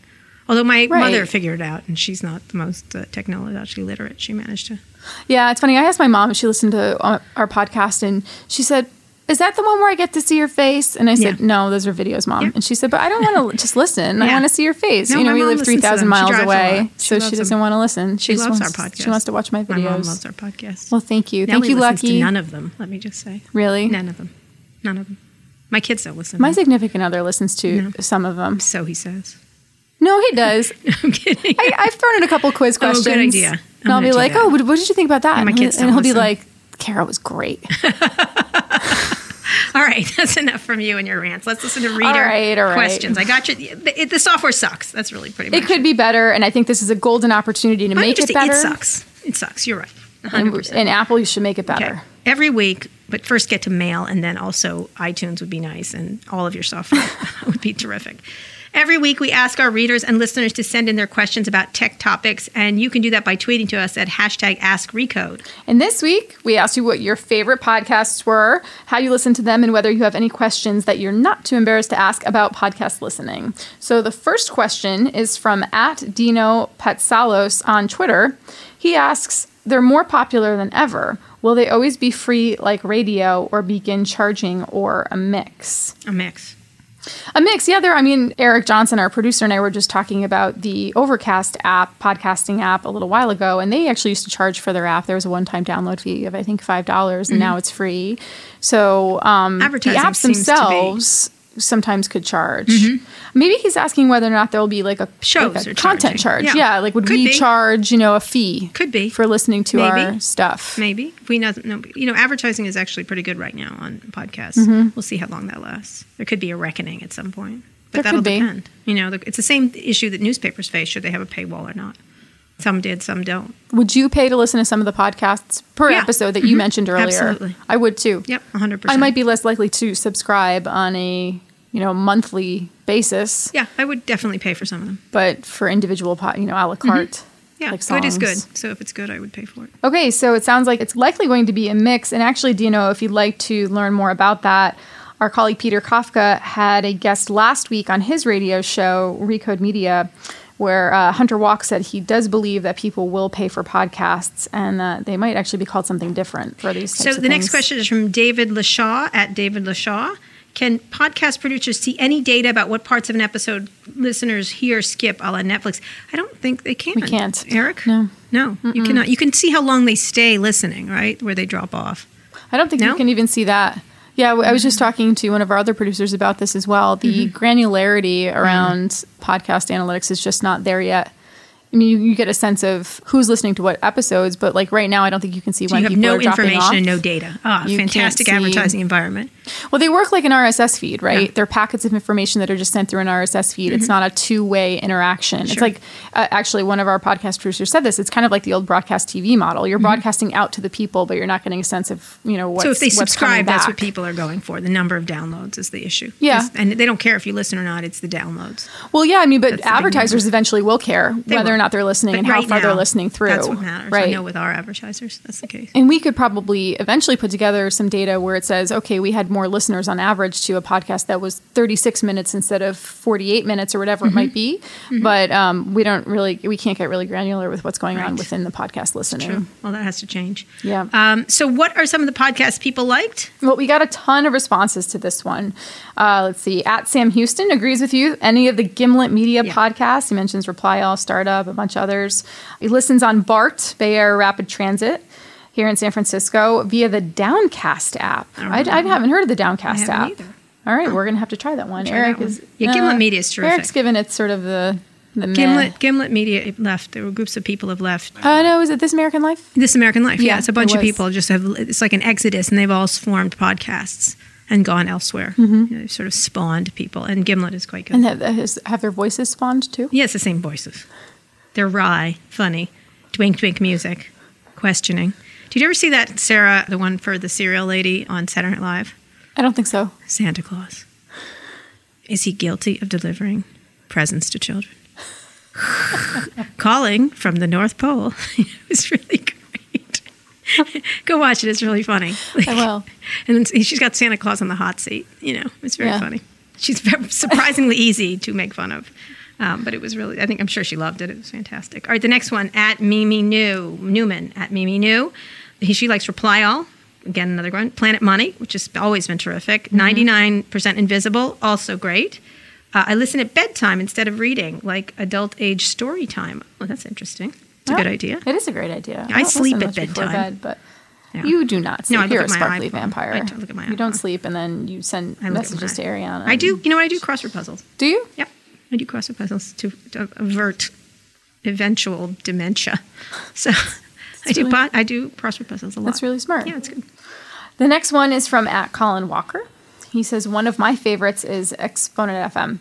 [SPEAKER 2] Although my
[SPEAKER 3] Right.
[SPEAKER 2] mother figured it out, and she's not the most uh, technologically literate. She managed to.
[SPEAKER 3] Yeah, it's funny. I asked my mom if she listened to uh, our podcast, and she said, "Is that the one where I get to see your face?" And I said,
[SPEAKER 2] Yeah.
[SPEAKER 3] "No, those are videos, mom."
[SPEAKER 2] Yeah.
[SPEAKER 3] And she said, "But I don't want to just listen. I
[SPEAKER 2] Yeah.
[SPEAKER 3] want to see your face.
[SPEAKER 2] No,
[SPEAKER 3] you know,
[SPEAKER 2] my
[SPEAKER 3] we
[SPEAKER 2] mom
[SPEAKER 3] live
[SPEAKER 2] listens to
[SPEAKER 3] three thousand
[SPEAKER 2] them. She
[SPEAKER 3] miles
[SPEAKER 2] drives a lot.
[SPEAKER 3] away,
[SPEAKER 2] She
[SPEAKER 3] so she
[SPEAKER 2] loves
[SPEAKER 3] doesn't
[SPEAKER 2] them.
[SPEAKER 3] want to listen.
[SPEAKER 2] She,
[SPEAKER 3] just
[SPEAKER 2] loves our
[SPEAKER 3] wants,
[SPEAKER 2] podcast.
[SPEAKER 3] She wants to watch my videos.
[SPEAKER 2] My mom loves our podcast.
[SPEAKER 3] Well, thank you,
[SPEAKER 2] Nellie
[SPEAKER 3] thank you,
[SPEAKER 2] listens
[SPEAKER 3] Lucky.
[SPEAKER 2] To none of them. Let me just say.
[SPEAKER 3] Really?
[SPEAKER 2] None of them. None of them. My kids don't listen.
[SPEAKER 3] My significant other listens to
[SPEAKER 2] No.
[SPEAKER 3] some of them.
[SPEAKER 2] so he says.
[SPEAKER 3] No, he does.
[SPEAKER 2] I'm kidding.
[SPEAKER 3] I, I've thrown in a couple quiz
[SPEAKER 2] Oh,
[SPEAKER 3] questions.
[SPEAKER 2] good idea. I'm
[SPEAKER 3] and I'll
[SPEAKER 2] gonna
[SPEAKER 3] be
[SPEAKER 2] do
[SPEAKER 3] like,
[SPEAKER 2] that.
[SPEAKER 3] "Oh, what, what did you think about that?"
[SPEAKER 2] my
[SPEAKER 3] and he'll,
[SPEAKER 2] kids
[SPEAKER 3] and he'll
[SPEAKER 2] don't
[SPEAKER 3] be
[SPEAKER 2] listen.
[SPEAKER 3] like, "Kara was great."
[SPEAKER 2] All right, that's enough from you and your rants. Let's listen to reader
[SPEAKER 3] right, all right.
[SPEAKER 2] questions. I got you. The, it, the software sucks. That's really pretty much.
[SPEAKER 3] It could be better, and I think this is a golden opportunity to
[SPEAKER 2] Why don't you
[SPEAKER 3] make
[SPEAKER 2] just
[SPEAKER 3] it
[SPEAKER 2] say,
[SPEAKER 3] better.
[SPEAKER 2] It sucks. It sucks. You're right. 100.
[SPEAKER 3] And,
[SPEAKER 2] percent
[SPEAKER 3] and Apple, you should make it better.
[SPEAKER 2] Okay. Every week, but first get to mail, and then also iTunes would be nice, and all of your software would be terrific. Every week, we ask our readers and listeners to send in their questions about tech topics, and you can do that by tweeting to us at hashtag AskRecode.
[SPEAKER 3] And this week, we asked you what your favorite podcasts were, how you listen to them, and whether you have any questions that you're not too embarrassed to ask about podcast listening. So the first question is from at Dino Patsalos on Twitter. He asks, they're more popular than ever. Will they always be free like radio or begin charging or a mix?
[SPEAKER 2] A mix.
[SPEAKER 3] A mix, yeah. There, I mean, Eric Johnson, our producer, and I were just talking about the Overcast app, podcasting app, a little while ago, and they actually used to charge for their app. There was a one-time download fee of I think five dollars, and now it's free. So um, the
[SPEAKER 2] Mm-hmm. Advertising
[SPEAKER 3] apps
[SPEAKER 2] seems to be- Mm-hmm.
[SPEAKER 3] themselves sometimes could charge. Maybe he's asking whether or not there will be like a
[SPEAKER 2] Shows
[SPEAKER 3] like a
[SPEAKER 2] are charging.
[SPEAKER 3] content charge.
[SPEAKER 2] Yeah.
[SPEAKER 3] Yeah. like would
[SPEAKER 2] Could
[SPEAKER 3] we
[SPEAKER 2] be.
[SPEAKER 3] charge you know a fee?
[SPEAKER 2] Could be.
[SPEAKER 3] for listening to
[SPEAKER 2] Maybe.
[SPEAKER 3] our stuff.
[SPEAKER 2] Maybe we know, no, you know, advertising is actually pretty good right now on podcasts.
[SPEAKER 3] Mm-hmm.
[SPEAKER 2] We'll see how long that lasts. There could be a reckoning at some point, but
[SPEAKER 3] There
[SPEAKER 2] that'll
[SPEAKER 3] could be.
[SPEAKER 2] depend. You know, the- it's the same issue that newspapers face: should they have a paywall or not? Some did, some don't.
[SPEAKER 3] Would you pay to listen to some of the podcasts per
[SPEAKER 2] Yeah. Mm-hmm.
[SPEAKER 3] episode that you mentioned earlier?
[SPEAKER 2] Absolutely.
[SPEAKER 3] I would too.
[SPEAKER 2] Yep, hundred
[SPEAKER 3] I
[SPEAKER 2] percent.
[SPEAKER 3] might be less likely to subscribe on a you know monthly basis,
[SPEAKER 2] Yeah, I would definitely pay for some of them.
[SPEAKER 3] but for individual pot, you know, a la
[SPEAKER 2] Mm-hmm.
[SPEAKER 3] carte.
[SPEAKER 2] Yeah,
[SPEAKER 3] like
[SPEAKER 2] good is good.
[SPEAKER 3] songs.
[SPEAKER 2] So if it's good, I would pay for it.
[SPEAKER 3] Okay, so it sounds like it's likely going to be a mix. And actually, Dino, if you'd like to learn more about that, our colleague Peter Kafka had a guest last week on his radio show, Recode Media, where uh, Hunter Walk said he does believe that people will pay for podcasts and that they might actually be called something different for these.
[SPEAKER 2] So
[SPEAKER 3] types
[SPEAKER 2] the
[SPEAKER 3] of
[SPEAKER 2] next
[SPEAKER 3] things.
[SPEAKER 2] question is from David Lashaw at David Lashaw. Can podcast producers see any data about what parts of an episode listeners hear skip a la Netflix? I don't think they can.
[SPEAKER 3] We can't.
[SPEAKER 2] Eric?
[SPEAKER 3] No.
[SPEAKER 2] No, you cannot. You can see how long they stay listening, right? Where they drop off.
[SPEAKER 3] I don't think
[SPEAKER 2] No? Mm-hmm.
[SPEAKER 3] you can even see that. Yeah, w- I was just talking to one of our other producers about this as well. The granularity around podcast analytics is just not there yet. I mean, you, you get a sense of who's listening to what episodes, but like right now, I don't think you can see
[SPEAKER 2] So
[SPEAKER 3] when
[SPEAKER 2] you have
[SPEAKER 3] people
[SPEAKER 2] no
[SPEAKER 3] are dropping
[SPEAKER 2] information
[SPEAKER 3] off.
[SPEAKER 2] and no data. Ah,
[SPEAKER 3] You can't
[SPEAKER 2] fantastic
[SPEAKER 3] see-
[SPEAKER 2] advertising environment.
[SPEAKER 3] Well, they work like an RSS feed, right?
[SPEAKER 2] Yeah. Mm-hmm.
[SPEAKER 3] They're packets of information that are just sent through an RSS feed. It's not a two-way interaction. It's
[SPEAKER 2] Sure.
[SPEAKER 3] like uh, actually one of our podcast producers said this. It's kind of like the old broadcast TV model. You're broadcasting out to the people, but you're not getting a sense of you know what's
[SPEAKER 2] Mm-hmm. so if they
[SPEAKER 3] what's coming
[SPEAKER 2] subscribe, that's what
[SPEAKER 3] back.
[SPEAKER 2] people are going for. The number of downloads is the issue.
[SPEAKER 3] Yeah.
[SPEAKER 2] It's- And they don't care if you listen or not, it's the downloads.
[SPEAKER 3] Well, yeah, I mean, but
[SPEAKER 2] That's the big
[SPEAKER 3] advertisers eventually will care whether
[SPEAKER 2] will.
[SPEAKER 3] or not they're listening
[SPEAKER 2] But
[SPEAKER 3] and how
[SPEAKER 2] right
[SPEAKER 3] far
[SPEAKER 2] now,
[SPEAKER 3] they're listening through.
[SPEAKER 2] That's what matters. I
[SPEAKER 3] right?
[SPEAKER 2] know with our advertisers, that's the case.
[SPEAKER 3] and we could probably eventually put together some data where it says, okay, we had more listeners on average to a podcast that was 36 minutes instead of 48 minutes or whatever it
[SPEAKER 2] Mm-hmm.
[SPEAKER 3] might be. But um, we don't really, we can't get really granular with what's going on
[SPEAKER 2] Right.
[SPEAKER 3] within the podcast listening.
[SPEAKER 2] True. Well, that has to change.
[SPEAKER 3] Yeah.
[SPEAKER 2] Um, so, what are some of the podcasts people liked?
[SPEAKER 3] Well, we got a ton of responses to this one. Uh, let's see. At Sam Houston agrees with you. Any of the Gimlet Media
[SPEAKER 2] Yeah.
[SPEAKER 3] podcasts. He mentions Reply All, Startup, a bunch of others. He listens on BART, Bay Area Rapid Transit, here in San Francisco via the Downcast app. I, I haven't heard of the Downcast
[SPEAKER 2] I
[SPEAKER 3] app.
[SPEAKER 2] haven't either.
[SPEAKER 3] All right, we're going to have to try that one.
[SPEAKER 2] Try
[SPEAKER 3] Eric
[SPEAKER 2] that one.
[SPEAKER 3] is. uh,
[SPEAKER 2] Yeah, Gimlet Media is
[SPEAKER 3] Eric's
[SPEAKER 2] terrific.
[SPEAKER 3] given it sort of the The meh.
[SPEAKER 2] Gimlet Gimlet Media left. There were groups of people have left.
[SPEAKER 3] Uh, no, is it This American Life?
[SPEAKER 2] This American Life. Yeah,
[SPEAKER 3] Yeah,
[SPEAKER 2] it's a bunch
[SPEAKER 3] it
[SPEAKER 2] of
[SPEAKER 3] was.
[SPEAKER 2] people just have. It's like an exodus, and they've all formed podcasts and gone elsewhere. You know, they've sort of spawned people, and Gimlet is quite good.
[SPEAKER 3] Mm-hmm. And have, has- have their voices spawned too?
[SPEAKER 2] yeah, it's the same voices. They're wry, funny, twink twink music, questioning. Did you ever see that Sarah, the one for the cereal lady on Saturday Night Live?
[SPEAKER 3] I don't think so.
[SPEAKER 2] Santa Claus. Is he guilty of delivering presents to children? Calling from the North Pole. it was really great. Go watch it. It's really funny.
[SPEAKER 3] I will.
[SPEAKER 2] And then she's got Santa Claus on the hot seat. You know, it's very
[SPEAKER 3] Yeah.
[SPEAKER 2] funny. She's ve- surprisingly easy to make fun of. Um, but it was really, I think, I'm sure she loved it. It was fantastic. All right, the next one at Mimi New, Newman at Mimi New. He, she likes Reply All. Again, another one. Planet Money, which has always been terrific.
[SPEAKER 3] Mm-hmm.
[SPEAKER 2] 99% Invisible, also great. Uh, I listen at bedtime instead of reading, like adult age story time. Well, that's interesting. It's a good
[SPEAKER 3] Oh,
[SPEAKER 2] idea.
[SPEAKER 3] It is a great idea.
[SPEAKER 2] I
[SPEAKER 3] don't
[SPEAKER 2] sleep
[SPEAKER 3] listen
[SPEAKER 2] at
[SPEAKER 3] much before
[SPEAKER 2] bedtime.
[SPEAKER 3] bed, but
[SPEAKER 2] Yeah.
[SPEAKER 3] you do not sleep.
[SPEAKER 2] No, I look
[SPEAKER 3] You're
[SPEAKER 2] at
[SPEAKER 3] a
[SPEAKER 2] my
[SPEAKER 3] sparkly
[SPEAKER 2] iPhone.
[SPEAKER 3] vampire.
[SPEAKER 2] I look at my
[SPEAKER 3] You don't
[SPEAKER 2] iPhone.
[SPEAKER 3] sleep, and then you send
[SPEAKER 2] I look at
[SPEAKER 3] messages to
[SPEAKER 2] mine.
[SPEAKER 3] Ariana.
[SPEAKER 2] I
[SPEAKER 3] and-
[SPEAKER 2] do. You know what I do? Crossword puzzles.
[SPEAKER 3] Do you?
[SPEAKER 2] Yep. I do crossword puzzles to, to avert eventual dementia. So I do
[SPEAKER 3] really-
[SPEAKER 2] po- I do crossword puzzles a lot.
[SPEAKER 3] That's really smart.
[SPEAKER 2] Yeah, it's good.
[SPEAKER 3] The next one is from at Colin Walker. He says one of my favorites is Exponent FM.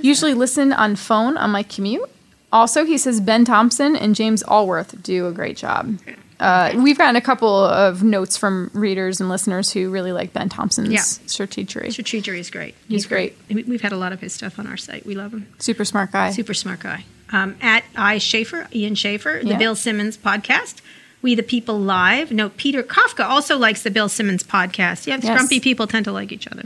[SPEAKER 3] Usually listen on phone on my commute. Also, he says Ben Thompson and James Allworth do a great job. Uh, we've gotten a couple of notes from readers and listeners who really like Ben Thompson's
[SPEAKER 2] Yeah.
[SPEAKER 3] strategery.
[SPEAKER 2] Strategery is great.
[SPEAKER 3] He's great.
[SPEAKER 2] We- We've had a lot of his stuff on our site. We love him.
[SPEAKER 3] Super smart guy.
[SPEAKER 2] Super smart guy. Um, at I Schaefer, Ian Schaefer, the
[SPEAKER 3] Yeah.
[SPEAKER 2] Bill Simmons podcast. We the People Live. No, Peter Kafka also likes the Bill Simmons podcast. Yeah,
[SPEAKER 3] Yes.
[SPEAKER 2] grumpy people tend to like each other.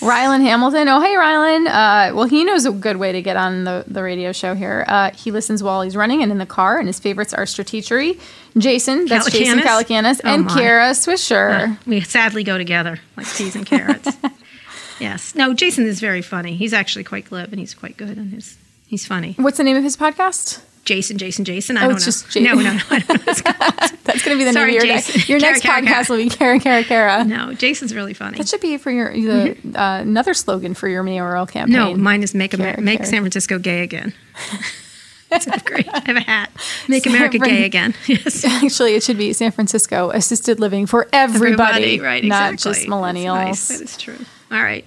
[SPEAKER 3] Rylan Hamilton. Oh, hey, Rylan. Uh, well, he knows a good way to get on the, the radio show here. Uh, he listens while he's running and in the car, and his favorites are Strategery, Jason, that's Jason
[SPEAKER 2] Calacanis?
[SPEAKER 3] Calacanis,
[SPEAKER 2] Oh,
[SPEAKER 3] and
[SPEAKER 2] my.
[SPEAKER 3] Kara Swisher.
[SPEAKER 2] Yeah, we sadly go together like peas and carrots. yes. No, Jason is very funny. He's actually quite glib and he's quite good and he's he's funny.
[SPEAKER 3] What's the name of his podcast?
[SPEAKER 2] Jason, Jason, Jason. I
[SPEAKER 3] Oh,
[SPEAKER 2] don't
[SPEAKER 3] it's
[SPEAKER 2] know.
[SPEAKER 3] just Ja-
[SPEAKER 2] no, no, no. I don't know what it's called.
[SPEAKER 3] That's going to be the
[SPEAKER 2] Sorry,
[SPEAKER 3] name of your,
[SPEAKER 2] Jason.
[SPEAKER 3] next your
[SPEAKER 2] Kara,
[SPEAKER 3] next
[SPEAKER 2] Kara, Kara.
[SPEAKER 3] podcast will be Kara, Kara, Kara.
[SPEAKER 2] no, Jason's really funny.
[SPEAKER 3] That should be for your the, uh, another slogan for your mayoral campaign.
[SPEAKER 2] no, mine is make Amer-
[SPEAKER 3] Kara,
[SPEAKER 2] make
[SPEAKER 3] Kara.
[SPEAKER 2] San Francisco gay again. That's great. I have a hat. Make America gay again. Yes.
[SPEAKER 3] Actually, it should be San Francisco assisted living for everybody,
[SPEAKER 2] right?
[SPEAKER 3] not
[SPEAKER 2] exactly.
[SPEAKER 3] just
[SPEAKER 2] That's
[SPEAKER 3] millennials.
[SPEAKER 2] nice. That is true. All right.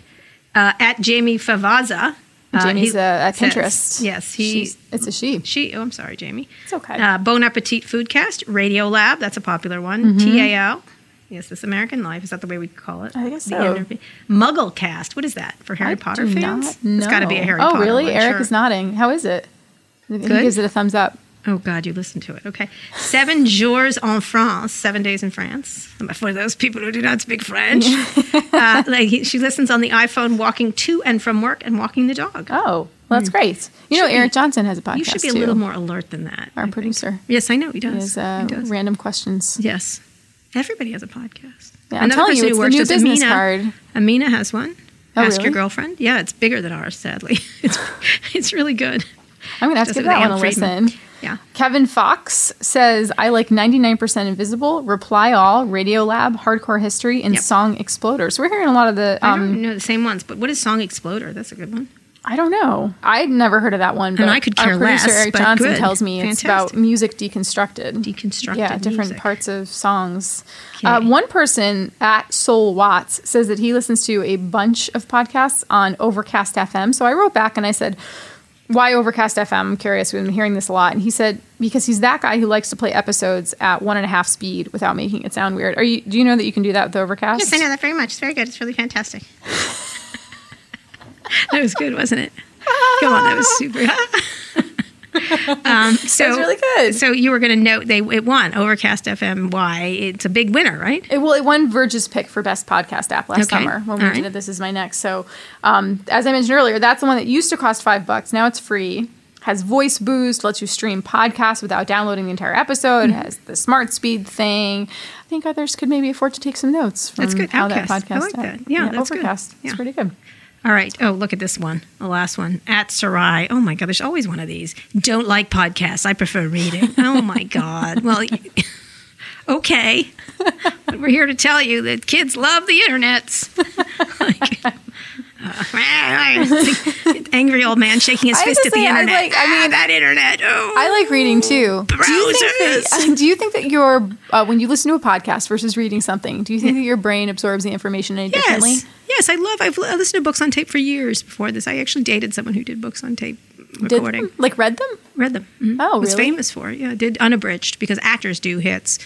[SPEAKER 2] Uh, at Jamie Favaza. uh,
[SPEAKER 3] Jamie's
[SPEAKER 2] he
[SPEAKER 3] uh, at
[SPEAKER 2] says-
[SPEAKER 3] Pinterest.
[SPEAKER 2] Yes, he
[SPEAKER 3] She's- it's a she.
[SPEAKER 2] She, oh, I'm sorry, Jamie.
[SPEAKER 3] It's okay.
[SPEAKER 2] Uh, bon Appetit Foodcast, Radio Lab, that's a popular one.
[SPEAKER 3] Mm-hmm.
[SPEAKER 2] TAL, yes, This American Life, is that the way we call it?
[SPEAKER 3] I guess
[SPEAKER 2] The
[SPEAKER 3] so.
[SPEAKER 2] interview- Mugglecast, what is that for Harry
[SPEAKER 3] I
[SPEAKER 2] Potter
[SPEAKER 3] do
[SPEAKER 2] fans?
[SPEAKER 3] not
[SPEAKER 2] It's got to be a
[SPEAKER 3] know.
[SPEAKER 2] Harry
[SPEAKER 3] oh,
[SPEAKER 2] Potter.
[SPEAKER 3] really?
[SPEAKER 2] one,
[SPEAKER 3] Eric
[SPEAKER 2] sure.
[SPEAKER 3] is nodding. How is it? He
[SPEAKER 2] Good?
[SPEAKER 3] gives it a thumbs up.
[SPEAKER 2] Oh God, you listen to it. Okay, seven jours en France, seven days in France. For those people who do not speak French, uh, like he, she listens on the iPhone, walking to and from work and walking the dog.
[SPEAKER 3] Oh, well, that's great. You know,
[SPEAKER 2] Hmm. Should
[SPEAKER 3] Eric
[SPEAKER 2] be-
[SPEAKER 3] Johnson has a podcast.
[SPEAKER 2] you should be a
[SPEAKER 3] too.
[SPEAKER 2] little more alert than that.
[SPEAKER 3] Our
[SPEAKER 2] I think.
[SPEAKER 3] producer.
[SPEAKER 2] Yes, I know he does.
[SPEAKER 3] He has uh,
[SPEAKER 2] he does.
[SPEAKER 3] random questions.
[SPEAKER 2] Yes. Everybody has a podcast.
[SPEAKER 3] Yeah, I'm telling
[SPEAKER 2] person
[SPEAKER 3] you,
[SPEAKER 2] who
[SPEAKER 3] it's the
[SPEAKER 2] works
[SPEAKER 3] new
[SPEAKER 2] with
[SPEAKER 3] business card.
[SPEAKER 2] Amina has one.
[SPEAKER 3] Oh,
[SPEAKER 2] Ask your
[SPEAKER 3] really?
[SPEAKER 2] girlfriend. Yeah, it's bigger than ours, sadly. It's it's really good.
[SPEAKER 3] I'm going to have to
[SPEAKER 2] Does it
[SPEAKER 3] give that
[SPEAKER 2] with
[SPEAKER 3] one
[SPEAKER 2] Anne
[SPEAKER 3] a
[SPEAKER 2] Friedman.
[SPEAKER 3] listen.
[SPEAKER 2] Yeah.
[SPEAKER 3] Kevin Fox says, I like 99% Invisible, Reply All, Radio Lab, Hardcore History, and
[SPEAKER 2] Yep.
[SPEAKER 3] Song Exploder. So we're hearing a lot of the.
[SPEAKER 2] I
[SPEAKER 3] Um,
[SPEAKER 2] don't know the same ones, but what is Song Exploder? That's a good one.
[SPEAKER 3] I don't know. I'd never heard of that one. But
[SPEAKER 2] I could care
[SPEAKER 3] our producer
[SPEAKER 2] less,
[SPEAKER 3] Eric
[SPEAKER 2] but
[SPEAKER 3] Johnson
[SPEAKER 2] good.
[SPEAKER 3] tells me it's about
[SPEAKER 2] Fantastic.
[SPEAKER 3] music deconstructed.
[SPEAKER 2] Deconstructed
[SPEAKER 3] Yeah, different
[SPEAKER 2] music.
[SPEAKER 3] parts of songs. Uh,
[SPEAKER 2] Okay.
[SPEAKER 3] one person at Soul Watts says that he listens to a bunch of podcasts on Overcast FM. So I wrote back and I said, why Overcast FM? I'm curious. We've been hearing this a lot. And he said, because he's that guy who likes to play episodes at one and a half speed without making it sound weird. Are you? Do you know that you can do that with Overcast?
[SPEAKER 2] Yes, I know that very much. It's very good. It's really fantastic. that was good, wasn't it? Come on, that was super. um, so
[SPEAKER 3] was really good.
[SPEAKER 2] So you were going to note they it won Overcast FM. Why? It's a big winner, right?
[SPEAKER 3] It, well, it won Verge's pick for best podcast app last
[SPEAKER 2] Okay.
[SPEAKER 3] summer when we
[SPEAKER 2] All
[SPEAKER 3] did
[SPEAKER 2] right.
[SPEAKER 3] it. This is my next. So, um, as I mentioned earlier, that's the one that used to cost five bucks. Now it's free. Has voice boost, lets you stream podcasts without downloading the entire episode.
[SPEAKER 2] Hmm.
[SPEAKER 3] Has the smart speed thing. I think others could maybe afford to take some notes from
[SPEAKER 2] That's good.
[SPEAKER 3] how that
[SPEAKER 2] Outcast. I
[SPEAKER 3] podcast.
[SPEAKER 2] like
[SPEAKER 3] app-
[SPEAKER 2] that. Yeah, that's good.
[SPEAKER 3] Overcast.
[SPEAKER 2] Yeah.
[SPEAKER 3] It's pretty good.
[SPEAKER 2] All right. Oh, look at this one. The last one. At Sarai. Oh my God, there's always one of these. Don't like podcasts. I prefer reading. Oh my God. Well, okay. But we're here to tell you that kids love the internets. like, uh, angry old man shaking his
[SPEAKER 3] I have
[SPEAKER 2] fist
[SPEAKER 3] to
[SPEAKER 2] at the
[SPEAKER 3] say, I
[SPEAKER 2] internet.
[SPEAKER 3] like- I
[SPEAKER 2] Ah,
[SPEAKER 3] mean-
[SPEAKER 2] that internet. Oh.
[SPEAKER 3] I like reading too. Do you think that,
[SPEAKER 2] Browsers.
[SPEAKER 3] do you think that your uh, when you listen to a podcast versus reading something, do you think that your brain absorbs the information any differently?
[SPEAKER 2] yes, yes. I love. I've I listened to books on tape for years before this. I actually dated someone who did books on tape
[SPEAKER 3] Did
[SPEAKER 2] recording.
[SPEAKER 3] them? like read them?
[SPEAKER 2] Read them. Mhm.
[SPEAKER 3] Oh,
[SPEAKER 2] was
[SPEAKER 3] really?
[SPEAKER 2] famous for it. Yeah, did unabridged because actors do hits,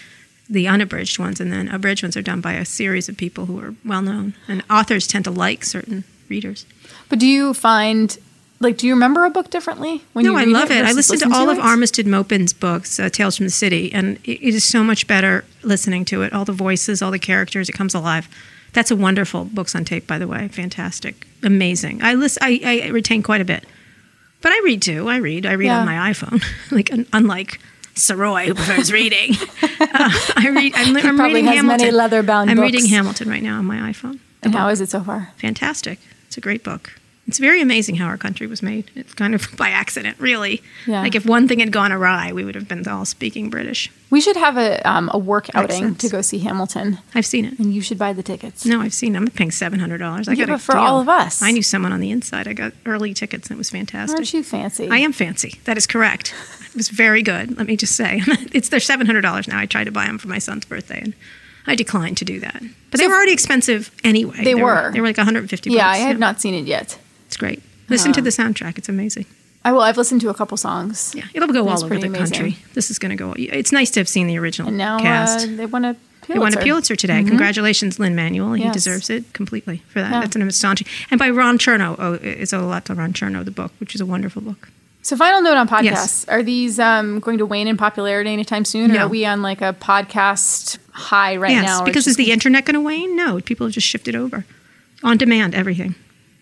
[SPEAKER 2] the unabridged ones, and then abridged ones are done by a series of people who are well known, and authors tend to like certain readers.
[SPEAKER 3] But do you find like do you remember a book differently when
[SPEAKER 2] No,
[SPEAKER 3] you
[SPEAKER 2] I
[SPEAKER 3] read
[SPEAKER 2] love it. I
[SPEAKER 3] versus
[SPEAKER 2] listened to
[SPEAKER 3] listen
[SPEAKER 2] all of
[SPEAKER 3] it?
[SPEAKER 2] Armistead Maupin's books, uh, Tales from the City, and it, it is so much better listening to it. All the voices, all the characters, it comes alive. That's a wonderful books on tape, by the way. Fantastic, amazing. I list, I, I retain quite a bit, but I read too. I read. I read on
[SPEAKER 3] Yeah.
[SPEAKER 2] my iPhone, like un- unlike Saroy who prefers reading. Uh, I read. I'm, li- I'm
[SPEAKER 3] probably
[SPEAKER 2] reading
[SPEAKER 3] has many
[SPEAKER 2] Hamilton.
[SPEAKER 3] leather-bound
[SPEAKER 2] I'm
[SPEAKER 3] books.
[SPEAKER 2] reading Hamilton right now on my iPhone
[SPEAKER 3] And how is it so far?
[SPEAKER 2] fantastic. It's a great book. It's very amazing how our country was made. It's kind of by accident, really.
[SPEAKER 3] Yeah.
[SPEAKER 2] Like if one thing had gone awry, we would have been all speaking British.
[SPEAKER 3] We should have a um, a work outing
[SPEAKER 2] sense.
[SPEAKER 3] to go see Hamilton,
[SPEAKER 2] I've seen it.
[SPEAKER 3] and you should buy the tickets.
[SPEAKER 2] No, I've seen. it. I'm paying seven hundred dollars. I
[SPEAKER 3] Yeah,
[SPEAKER 2] got a
[SPEAKER 3] but for
[SPEAKER 2] deal.
[SPEAKER 3] all of us.
[SPEAKER 2] I knew someone on the inside. I got early tickets, and it was fantastic.
[SPEAKER 3] Aren't you fancy?
[SPEAKER 2] I am fancy. That is correct. It was very good. Let me just say, it's they're seven hundred dollars now. I tried to buy them for my son's birthday, and I declined to do that. But they were already expensive anyway.
[SPEAKER 3] They were.
[SPEAKER 2] They were like one hundred and fifty.
[SPEAKER 3] Yeah, I have not seen it yet.
[SPEAKER 2] It's great. Listen to the soundtrack. It's amazing.
[SPEAKER 3] I will. I've listened to a couple songs.
[SPEAKER 2] Yeah, it'll go
[SPEAKER 3] That's
[SPEAKER 2] all over
[SPEAKER 3] pretty
[SPEAKER 2] the
[SPEAKER 3] amazing.
[SPEAKER 2] country. This is going to go. It's nice to have seen the original
[SPEAKER 3] And now uh,
[SPEAKER 2] cast.
[SPEAKER 3] they won a Pulitzer. Mm-hmm.
[SPEAKER 2] He won a Pulitzer today. Congratulations, Lin Manuel. He
[SPEAKER 3] Yes.
[SPEAKER 2] deserves it completely for that.
[SPEAKER 3] Yeah.
[SPEAKER 2] That's an astonishing. And by Ron Chernow. Oh, it's a lot to Ron Chernow, the book, which is a wonderful book.
[SPEAKER 3] So, final note on podcasts:
[SPEAKER 2] Yes.
[SPEAKER 3] Are these um, going to wane in popularity anytime soon, or
[SPEAKER 2] No.
[SPEAKER 3] are we on like a podcast high right
[SPEAKER 2] yes,
[SPEAKER 3] now?
[SPEAKER 2] because is the internet going to wane? No, people have just shifted over. On demand, everything.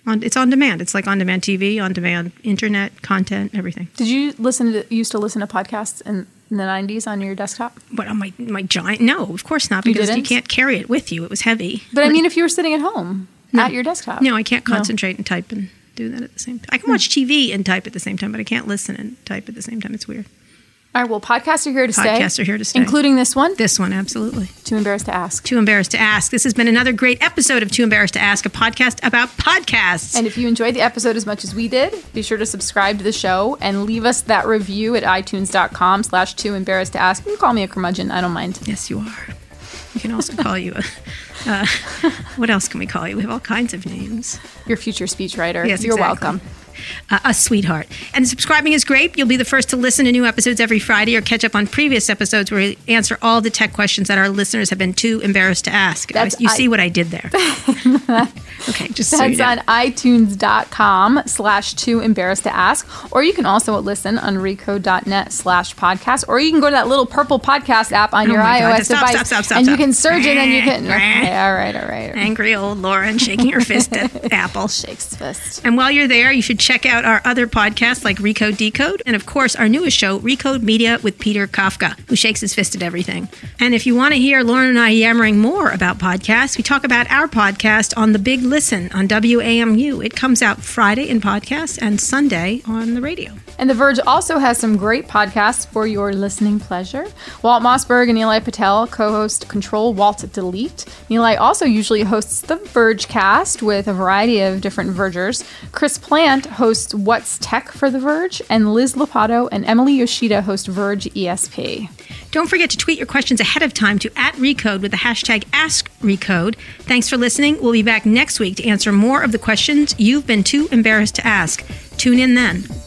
[SPEAKER 2] On, it's on demand. It's like on demand TV, on demand internet content, everything.
[SPEAKER 3] did you listen to used to listen to podcasts in, in the '90s on your desktop?
[SPEAKER 2] But on my my giant, no, of course not,
[SPEAKER 3] You
[SPEAKER 2] because you
[SPEAKER 3] didn't?
[SPEAKER 2] can't carry it with you. It was heavy.
[SPEAKER 3] But I mean, if you were sitting at home at your desktop,
[SPEAKER 2] No, I can't concentrate and type and do that at the same time. I can watch TV and type at the same time, but I can't listen and type at the same time. It's weird.
[SPEAKER 3] All right. Well, podcasts are here to stay.
[SPEAKER 2] Podcasts are here to stay.
[SPEAKER 3] including this one.
[SPEAKER 2] This one, absolutely.
[SPEAKER 3] Too embarrassed to ask.
[SPEAKER 2] Too embarrassed to ask. This has been another great episode of Too Embarrassed to Ask, a podcast about podcasts.
[SPEAKER 3] And if you enjoyed the episode as much as we did, be sure to subscribe to the show and leave us that review at itunes.com slash too embarrassed to ask. You can call me a curmudgeon. I don't mind.
[SPEAKER 2] yes, you are. We can also call you a. Uh, what else can we call you? We have all kinds of names.
[SPEAKER 3] Your future speechwriter.
[SPEAKER 2] Yes,
[SPEAKER 3] You're
[SPEAKER 2] exactly.
[SPEAKER 3] welcome.
[SPEAKER 2] uh, a sweetheart. And subscribing is great. You'll be the first to listen to new episodes every Friday or catch up on previous episodes where we answer all the tech questions that our listeners have been too embarrassed to ask.
[SPEAKER 3] That's-
[SPEAKER 2] you
[SPEAKER 3] I-
[SPEAKER 2] see what I did there. okay, just so you
[SPEAKER 3] That's
[SPEAKER 2] know.
[SPEAKER 3] on itunes.com slash too embarrassed to ask. Or you can also listen on rico.net slash podcast. Or you can go to that little purple podcast app on
[SPEAKER 2] Oh
[SPEAKER 3] your
[SPEAKER 2] my
[SPEAKER 3] iOS
[SPEAKER 2] God. Stop,
[SPEAKER 3] device.
[SPEAKER 2] stop, stop, stop,
[SPEAKER 3] and you
[SPEAKER 2] stop.
[SPEAKER 3] can search it and you can. Okay, all right, all right.
[SPEAKER 2] Angry old Lauren shaking her fist at Apple.
[SPEAKER 3] Shakes fist.
[SPEAKER 2] And while you're there, you should check out our other podcasts like Recode Decode, and of course, our newest show, Recode Media with Peter Kafka, who shakes his fist at everything. And if you want to hear Lauren and I yammering more about podcasts, we talk about our podcast on The Big Listen on WAMU. It comes out Friday in podcast and Sunday on the radio.
[SPEAKER 3] And The Verge also has some great podcasts for your listening pleasure. Walt Mossberg and Neil Patel co host Control Walt Delete. Neil also usually hosts The Verge cast with a variety of different Vergers. Chris Plant hosts What's Tech for The Verge, and Liz Lopato and Emily Yoshida host Verge E ESP.
[SPEAKER 2] Don't forget to tweet your questions ahead of time to at Recode with the hashtag AskRecode. Thanks for listening. We'll be back next week to answer more of the questions you've been too embarrassed to ask. Tune in then.